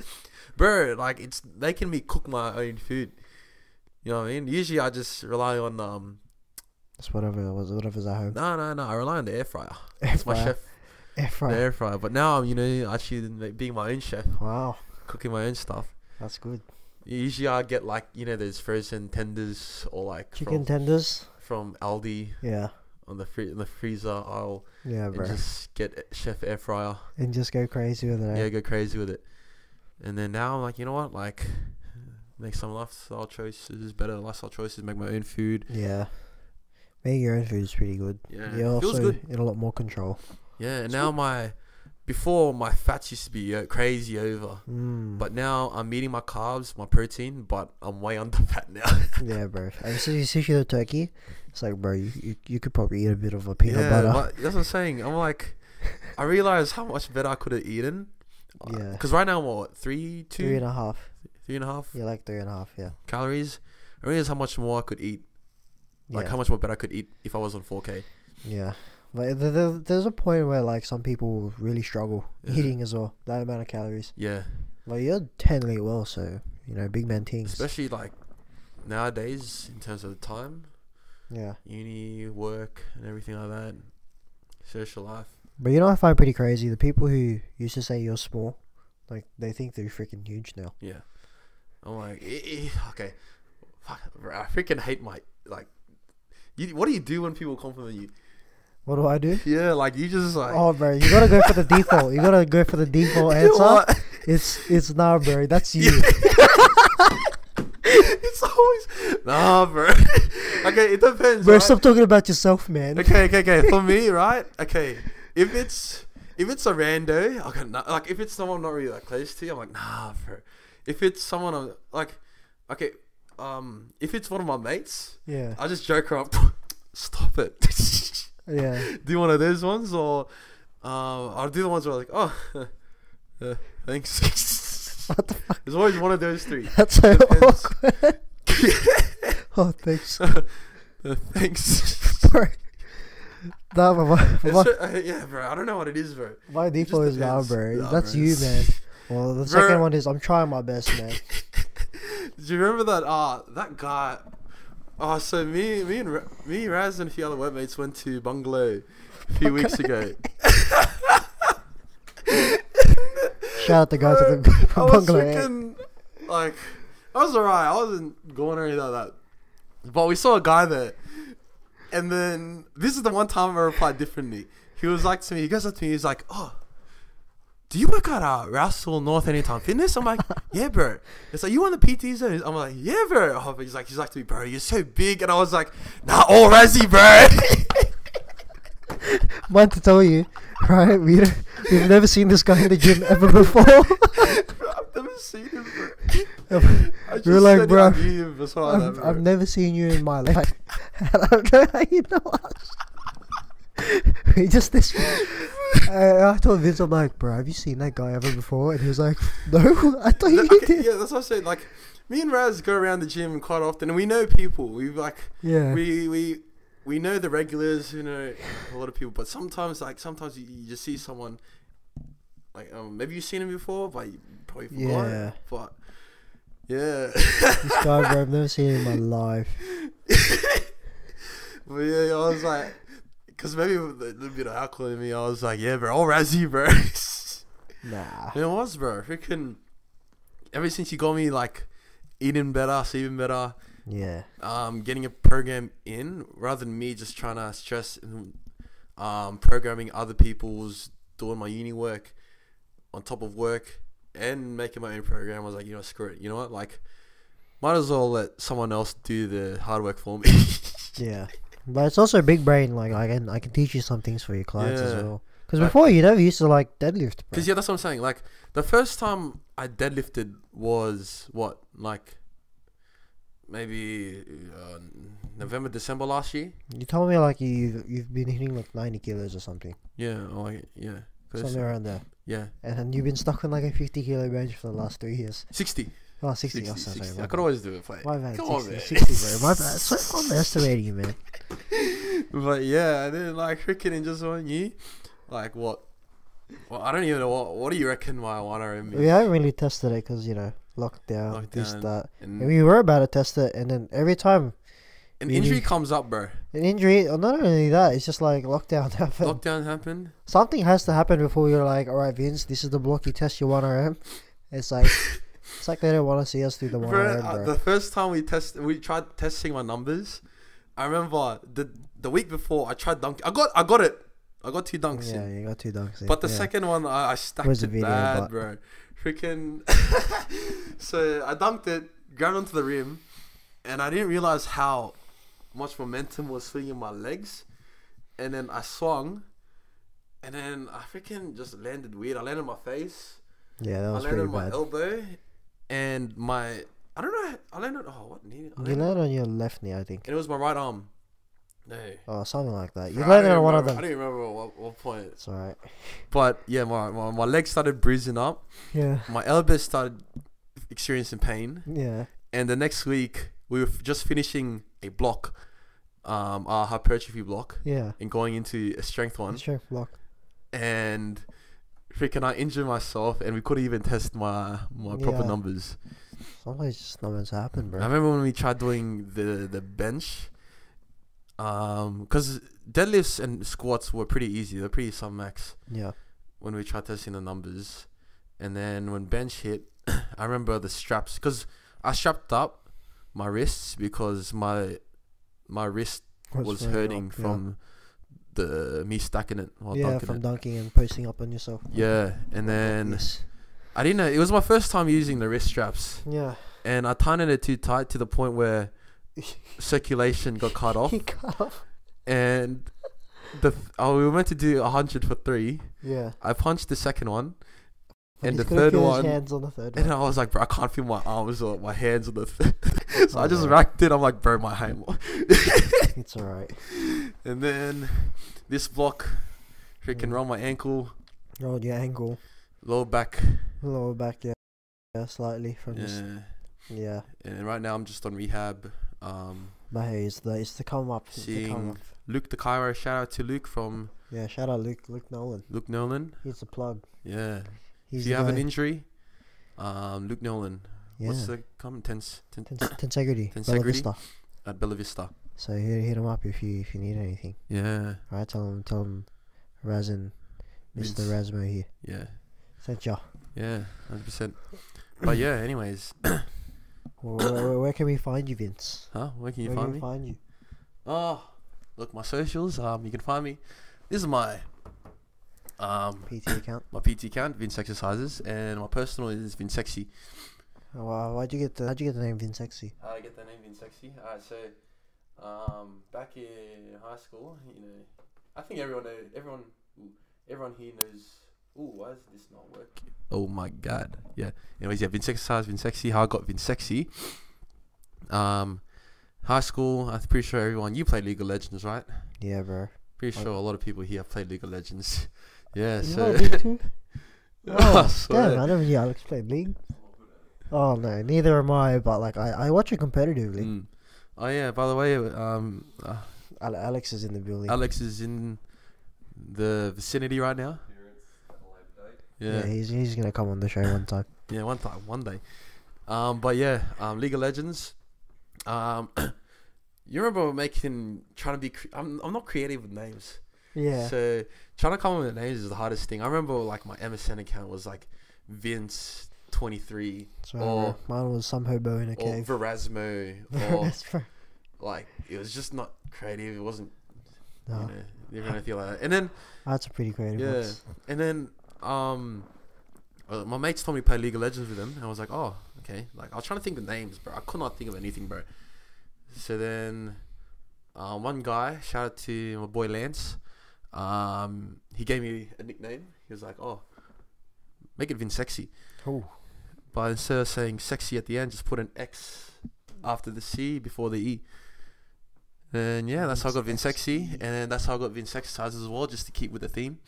bro, like it's making me cook my own food. You know what I mean? Usually, I just rely on um.
it's whatever it was whatever's at home
No, no, no. I rely on the air fryer.
That's
It's my chef
air
the
fryer
air fryer. But now I'm, you know, actually like, being my own chef,
wow
cooking my own stuff.
that's good
Usually I get like, you know, those frozen tenders or like
chicken
from,
tenders
from Aldi
yeah
on the free in the freezer aisle
yeah bro
and just get a- chef air fryer.
and just go crazy with it eh?
Yeah, go crazy with it. And then now I'm like, you know what? Like, make some lifestyle choices, better lifestyle choices, make my own food.
yeah making your own food is pretty good
Yeah,
you're
feels
also
good.
in a lot more control
Yeah, and now my before my fats used to be uh, crazy over.
Mm.
But now I'm eating my carbs, my protein, but I'm way under fat now.
yeah, bro. And so you see the turkey, it's like, bro, you, you, you could probably eat a bit of a peanut butter.
but that's what I'm saying. I'm like, I realize how much better I could have eaten.
Yeah.
Because right now I'm what three, two,
Three and a half.
three and a half
Yeah, like three and a half. Yeah.
calories. I realize how much more I could eat. Like
yeah.
how much more better I could eat if I was on 4K.
Yeah. But there, there, there's a point where like some people really struggle
Yeah.
eating as well. That amount of calories.
Yeah.
But you're handling it well, so you know, big man teams.
Especially like nowadays in terms of the time,
Yeah.
uni, work, and everything like that, social life.
But you know, what I find pretty crazy the people who used to say you're small, like they think they're freaking huge now.
Yeah. I'm like, "Eh, eh, okay. Fuck, bro, I freaking hate my like. You, what do you do when people compliment you?
What do I do?
Yeah, like you just like.
Oh, bro, you gotta go for the default. You gotta go for the default
You know
answer.
what?
It's it's nah, bro. That's you.
it's always nah, bro. okay, it depends.
Bro,
right?
stop talking about yourself, man.
Okay, okay, okay. For me, right? Okay, if it's if it's a rando, okay, nah, like if it's someone I'm not really that close to, I'm like nah, bro. If it's someone I'm like, okay, um, if it's one of my mates,
Yeah.
I just joke her up. Stop it.
Yeah.
do one of those ones, or um, I'll do the ones where like, oh, uh, thanks.
What the fuck?
There's always one of those three.
That's so
Depends.
awkward. oh, thanks.
Uh, thanks.
Bro. Nah, but my,
It's
my,
so- uh, yeah, bro. I don't know what it is, bro.
my default is nah,
depends.
bro.
Nah,
That's
bro.
you, man. Well, the
Bro.
second one is I'm trying my best, man.
Do you remember that? Uh, that guy. Oh, so me, me and Ra- me, Raz, and a few other workmates went to Bungalow a few weeks ago.
Shout out the guy to
Bro,
the
I was
bungalow. eh?
freaking, like, I was alright. I wasn't going or anything like that. But we saw a guy there, and then this is the one time I replied differently. He was like to me. He goes up to me. He's like, "Oh, do you work at uh, Russell North Anytime Fitness?" I'm like, "Yeah, bro." It's like you on the PT zone. I'm like, "Yeah, bro." Oh, but he's like, he's like to me, "Bro, you're so big," and I was like, "Nah, all Razzie, bro."
Mind to tell you, right? We don't, we've never seen this guy in the gym ever before.
Oh, Bro, I've never seen him. Bro. I just
We're like,
said it,
bro,
I knew him before that,
I've,
bro.
I've never seen you in my life. And I don't know how you know us. we just this. uh, I, I told Vince, I'm like, bro, have you seen that guy ever before? And he was like, no, I thought
Th-
you
okay,
did.
yeah, that's what I'm saying. Like, me and Raz go around the gym quite often, and we know people. We like,
Yeah.
we we we know the regulars. You know, a lot of people. But sometimes, like, sometimes you, you just see someone. Like, um, maybe you've seen him before, but you probably forgot.
Yeah.
But yeah,
this guy, bro, I've never seen him in my life.
but yeah, I was like, Because maybe with a little bit of alcohol in me, I was like, yeah, bro, I'll razz you, bro.
Nah.
And it was, bro. Freaking. Ever since you got me, like, eating better, sleeping better,
Yeah.
um, getting a program in, rather than me just trying to stress and um, programming other people's, doing my uni work on top of work and making my own program, I was like, you know, screw it. You know what? Like, might as well let someone else do the hard work for me.
Yeah. But it's also big brain. Like I can I can teach you some things for your clients as
Yeah.
well. Because
Like-
before you never used to like deadlift. Bro.
Because yeah, that's what I'm saying. Like the first time I deadlifted was what, like maybe uh, November, December last year.
You told me like you you've been hitting like ninety kilos or something,
Yeah, or like yeah, 'Cause-
somewhere around there,
yeah,
and then you've been stuck on like a fifty kilo bench for the last three years.
sixty.
Oh, 60.
60,
oh, sorry, my
60. I
bad.
could always do it, play.
My bad,
Come
60,
on, man.
60, bro. My bad. So I'm underestimating you, man.
But yeah, and then like freaking in just one year, like what? Well, I don't even know what. What do you reckon my one RM is?
We haven't really tested it because, you know, lockdown, this,
Lockdown. Mm.
that. And
An,
we were about to test it, and then every time
an
we
injury
need-
comes up, bro.
an injury, or not only that, it's just like lockdown happened.
Lockdown happened.
Something has to happen before you're like, all right, Vince, this is the block you test your 1RM. It's like, it's like they don't want to see us do the 1RM,
Bro, uh,
bro.
the first time we test, we tried testing my numbers. I remember the the week before I tried dunk. I got I got it. I got two dunks
yeah,
in.
you got two dunks. in,
But the
yeah.
second one I, I stacked
Where's the
it
video,
bad,
but-
bro. Freaking. so I dunked it, grabbed onto the rim, and I didn't realize how much momentum was swinging my legs. And then I swung, and then I freaking just landed weird. I landed on my face.
Yeah, that
I
was
landed
pretty
on my
bad.
elbow and my I don't know I landed oh what knee I
You
landed,
landed on your left knee, I think.
and it was my right arm. No.
Or something like that. You
Bro, I
landed
don't
on one of
remember- I
them.
don't remember at what, what point.
It's alright.
But yeah, my, my my leg started bruising up.
Yeah.
My elbow started experiencing pain.
Yeah.
And the next week we were f- just finishing a block, um our hypertrophy block
Yeah.
and going into a strength one.
Strength block.
And freaking I injured myself and we couldn't even test my my proper
Yeah.
numbers.
Sometimes it's just not meant to happen, bro.
I remember when we tried doing the the bench, um, because deadlifts and squats were pretty easy. They're pretty sub max
Yeah.
when we tried testing the numbers, and then when bench hit, I remember the straps because I strapped up my wrists because my my wrist
What's
was
going on?
hurting
Yeah.
from the me stacking it while
yeah,
dunking
from
it.
dunking and posting up on yourself. Oh
yeah, and then
Yes.
I didn't know it was my first time using the wrist straps,
yeah,
and I tightened it too tight to the point where circulation got cut off.
he cut off.
and the th- oh, we were meant to do a hundred for three.
Yeah,
I punched the second one,
But
And
he's
the
gonna
third
feel
one-
His hands on the third
and
one.
I was like, bro, I can't feel my arms or my hands or the. Th- so I just
Oh, yeah.
racked it. I'm like, bro, my hand.
it's alright.
and then this block,
Mm.
freaking roll my ankle,
Rolled your ankle,
lower back.
lower back, yeah, yeah, slightly from this.
Yeah.
Yeah,
And right now I'm just on rehab. Um,
but hey, it's the it's the come up. It's the come
Seeing-
up.
Luke the Cairo, shout out to Luke from
Yeah, shout out Luke Luke Nolan.
Luke Nolan.
He's the plug.
Yeah.
He's
if you
the
have an
guy.
injury, um, Luke Nolan.
yeah.
What's the comment? Tense, ten,
Tens- Tensegrity, Bella
Tensegrity?
Vista.
at Bella Vista.
So hit, hit him up if you if you need anything.
Yeah.
Alright, tell him tell him, Razin, Mister
Vince.
Razmo here.
Yeah,
Sent ya.
yeah, hundred percent. But yeah, anyways,
Where, where, where can we find you, Vince?
huh? Where can you
where
find
can we
me?
find you?
oh, look, my socials. Um, you can find me. This is my um
PT account.
my PT account, Vince Exercises, and my personal is Vince Sexy.
Oh, wow, why'd you get the, how'd you get the name Vin Sexy?
How I get that name, Vince Sexy? Alright, so um, back in high school, you know, I think everyone know, everyone ooh, everyone here knows. Ooh, why is this not working? Oh my god. Yeah. Anyways, yeah, Vince Exercise, Vince Sexy, how I got Vince Sexy. Um, high school, I'm pretty sure everyone, you played League of Legends, right?
Yeah, bro.
Pretty
I-
sure a lot of people here have played League of Legends. Yeah,
You
so.
know League too?
I
Oh,
swear.
damn, I never knew Alex played League. Oh no, neither am I. But like, I, I watch it competitively.
Mm. Oh yeah, by the way, um, uh,
Ale- Alex is in the building.
Alex is in the vicinity right now.
yeah.
Yeah,
he's he's gonna come on the show one time.
yeah, one time, one day. Um, but yeah, um, League of Legends. Um, You remember making trying to be? Cre- I'm I'm not creative with names.
Yeah.
So trying to come up with names is the hardest thing. I remember like my MSN account was like Vince twenty three
So
or-
mine was some hobo in a
or
cave.
Verasmo or
That's right.
like it was just not creative. It wasn't you
no,
know you're gonna feel like that. And then
that's a pretty creative.
yeah,
Yeah.
and then um, uh, my mates told me to play League of Legends with them, and I was like, oh, okay. Like I was trying to think of names, bro. I could not think of anything, bro. So then, uh, one guy, shout out to my boy Lance. Um, he gave me a nickname. He was like, oh, make it Vin Sexy.
Oh,
But instead of saying sexy at the end, just put an X after the C before the E. And yeah, that's how I got Vin Sexy, and then that's how I got Vin Sexercise as well, just to keep with the theme.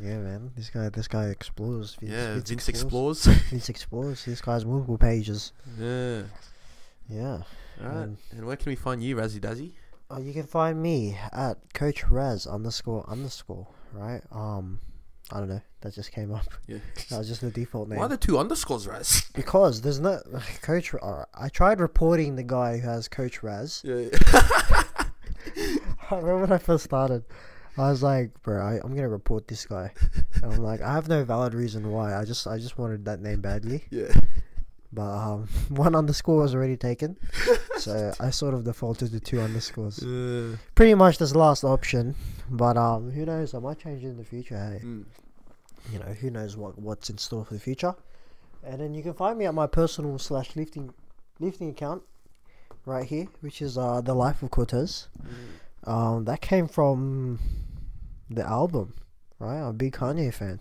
yeah, man. This guy, this guy explores. Vince,
yeah,
Vince
Vince, explores.
Vince explores. This guy's multiple pages.
yeah.
Yeah.
All right.
Um,
and where can we find you, Razzie Dazzy?
Oh, you can find me at Coach Raz underscore underscore. Right. Um, I don't know. That just came up.
Yeah.
That was just the default name.
Why are the two underscores, Raz?
Because there's no Coach. Uh, I tried reporting the guy who has Coach Raz.
Yeah.
I remember when I first started, I was like, "Bro, I, I'm gonna report this guy." And I'm like, "I have no valid reason why. I just, I just wanted that name badly."
yeah.
But um, one underscore was already taken, so I sort of defaulted to two underscores.
Uh,
Pretty much this last option, but um, who knows? I might change it in the future. Hey,
mm.
you know, who knows what what's in store for the future? And then you can find me at my personal slash lifting lifting account right here, which is uh the life of Cortez. Um, that came from the album, right? I'm a big Kanye fan.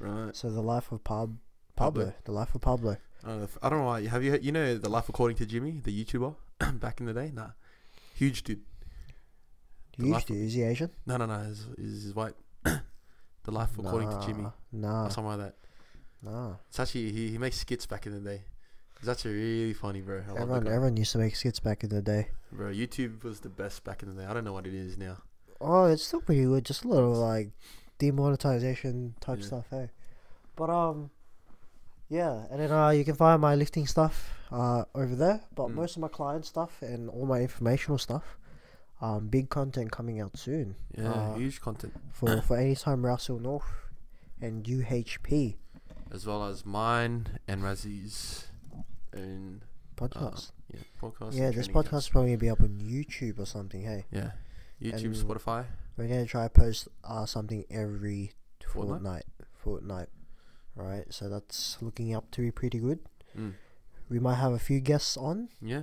Right.
So the life of Pab- Pablo,
Pablo.
the life of Pablo.
I don't know. If, I don't know why. Have you heard, you know the life according to Jimmy, the YouTuber, back in the day? Nah, huge dude. The
Huge
Life of-
dude. Is he Asian?
No, no, no. Is is is white? the life according to Jimmy
Nah,
or something like that.
nah.
It's actually he, he makes skits back in the day. It's actually really funny, bro. I love that
Everyone,
guy.
everyone used to make skits back in the day.
Bro, YouTube was the best back in the day. I don't know what it is now.
Oh, it's still pretty good. Just a little like demonetization type
Yeah.
stuff, hey. But um, yeah, and then uh, you can find my lifting stuff uh over there. But
Mm.
most of my client stuff and all my informational stuff, um, big content coming out soon
Yeah,
Uh,
huge content.
for for anytime Russell North and UHP
As well as mine and Razzie's own
podcast.
yeah, podcast.
yeah,
and
this
training
podcast is probably gonna be up on YouTube or something. Hey,
account. Yeah. YouTube,
and-
Spotify.
we're gonna try to post uh something every
Fortnite?
fortnight. Fortnight, right? So that's looking up to be pretty good.
Mm.
We might have a few guests on.
Yeah.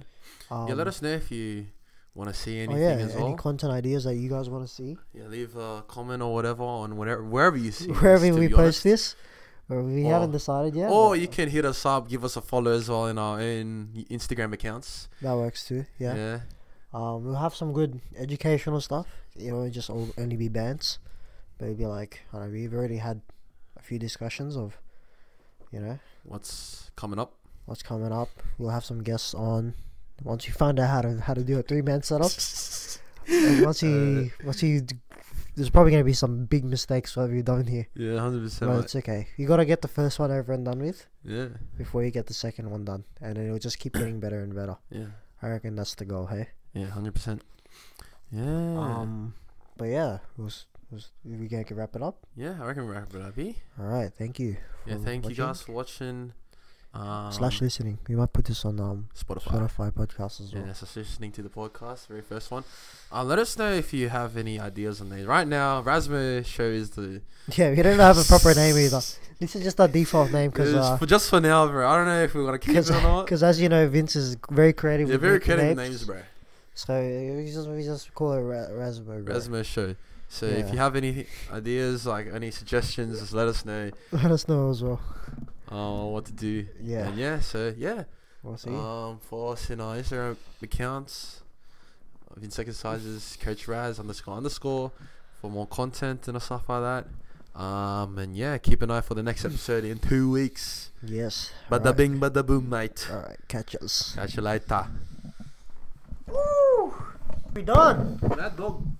Um,
yeah, let us know if you want to see
Oh
anything
yeah,
as
any
well.
content ideas that you guys want to see?
yeah, leave a comment or whatever on whatever wherever you see. this,
Wherever
to
we
be
post
honest.
this, or we
Or-
haven't decided yet.
Or
but
you can hit us up, give us a follow as well in our own Instagram accounts.
that works too. Yeah.
yeah.
Um, we'll have some good educational stuff. You know, just all, only be bands. Maybe like I don't know. We've already had a few discussions of, you know,
What's coming up?
what's coming up. We'll have some guests on. Once you find out how to how to do a three man setup, and once you once you, d- there's probably gonna be some big mistakes whatever you've done here.
Yeah, hundred
But
percent. right.
it's okay. You gotta get the first one over and done with
Yeah,
before you get the second one done, and then it'll just keep getting better and better.
yeah,
I reckon that's the goal, hey.
yeah, hundred percent. Yeah,
Um, but yeah, we'll, s- we'll, s- we can can wrap it up.
yeah. I reckon we're wrapping it up eh? here.
All right, thank you.
Yeah,
for
thank you
watching.
guys for watching. Um,
Slash listening. We might put this on um
Spotify.
Spotify podcast as
Yeah,
well.
that's just listening to the podcast, very first one. Uh, let us know if you have any ideas on these. Right now, Rasmus show is the
Yeah, we don't have a proper name either. This is just our default name because
It's
uh,
for just for now, bro. I don't know if we want to keep it
Because,
or not.
because as you know, Vince is very creative.
They're
with
very
making
creative names, bro.
So uh, we just, we just call it Ra- Rasmo. bro.
Rasmus show. So if
Yeah.
you have any ideas, like any suggestions, just let us know
Let us know as well.
uh, what to do.
Yeah.
And yeah. So yeah.
We'll see.
Um, for us in our Instagram accounts of insecticides, Coach Raz underscore underscore for more content and stuff like that. Um, and yeah, keep an eye for the next episode in two weeks.
yes.
Bada
alright.
bing, bada boom, mate.
All right. Catch us.
Catch you later.
Woo! We done.
That dog.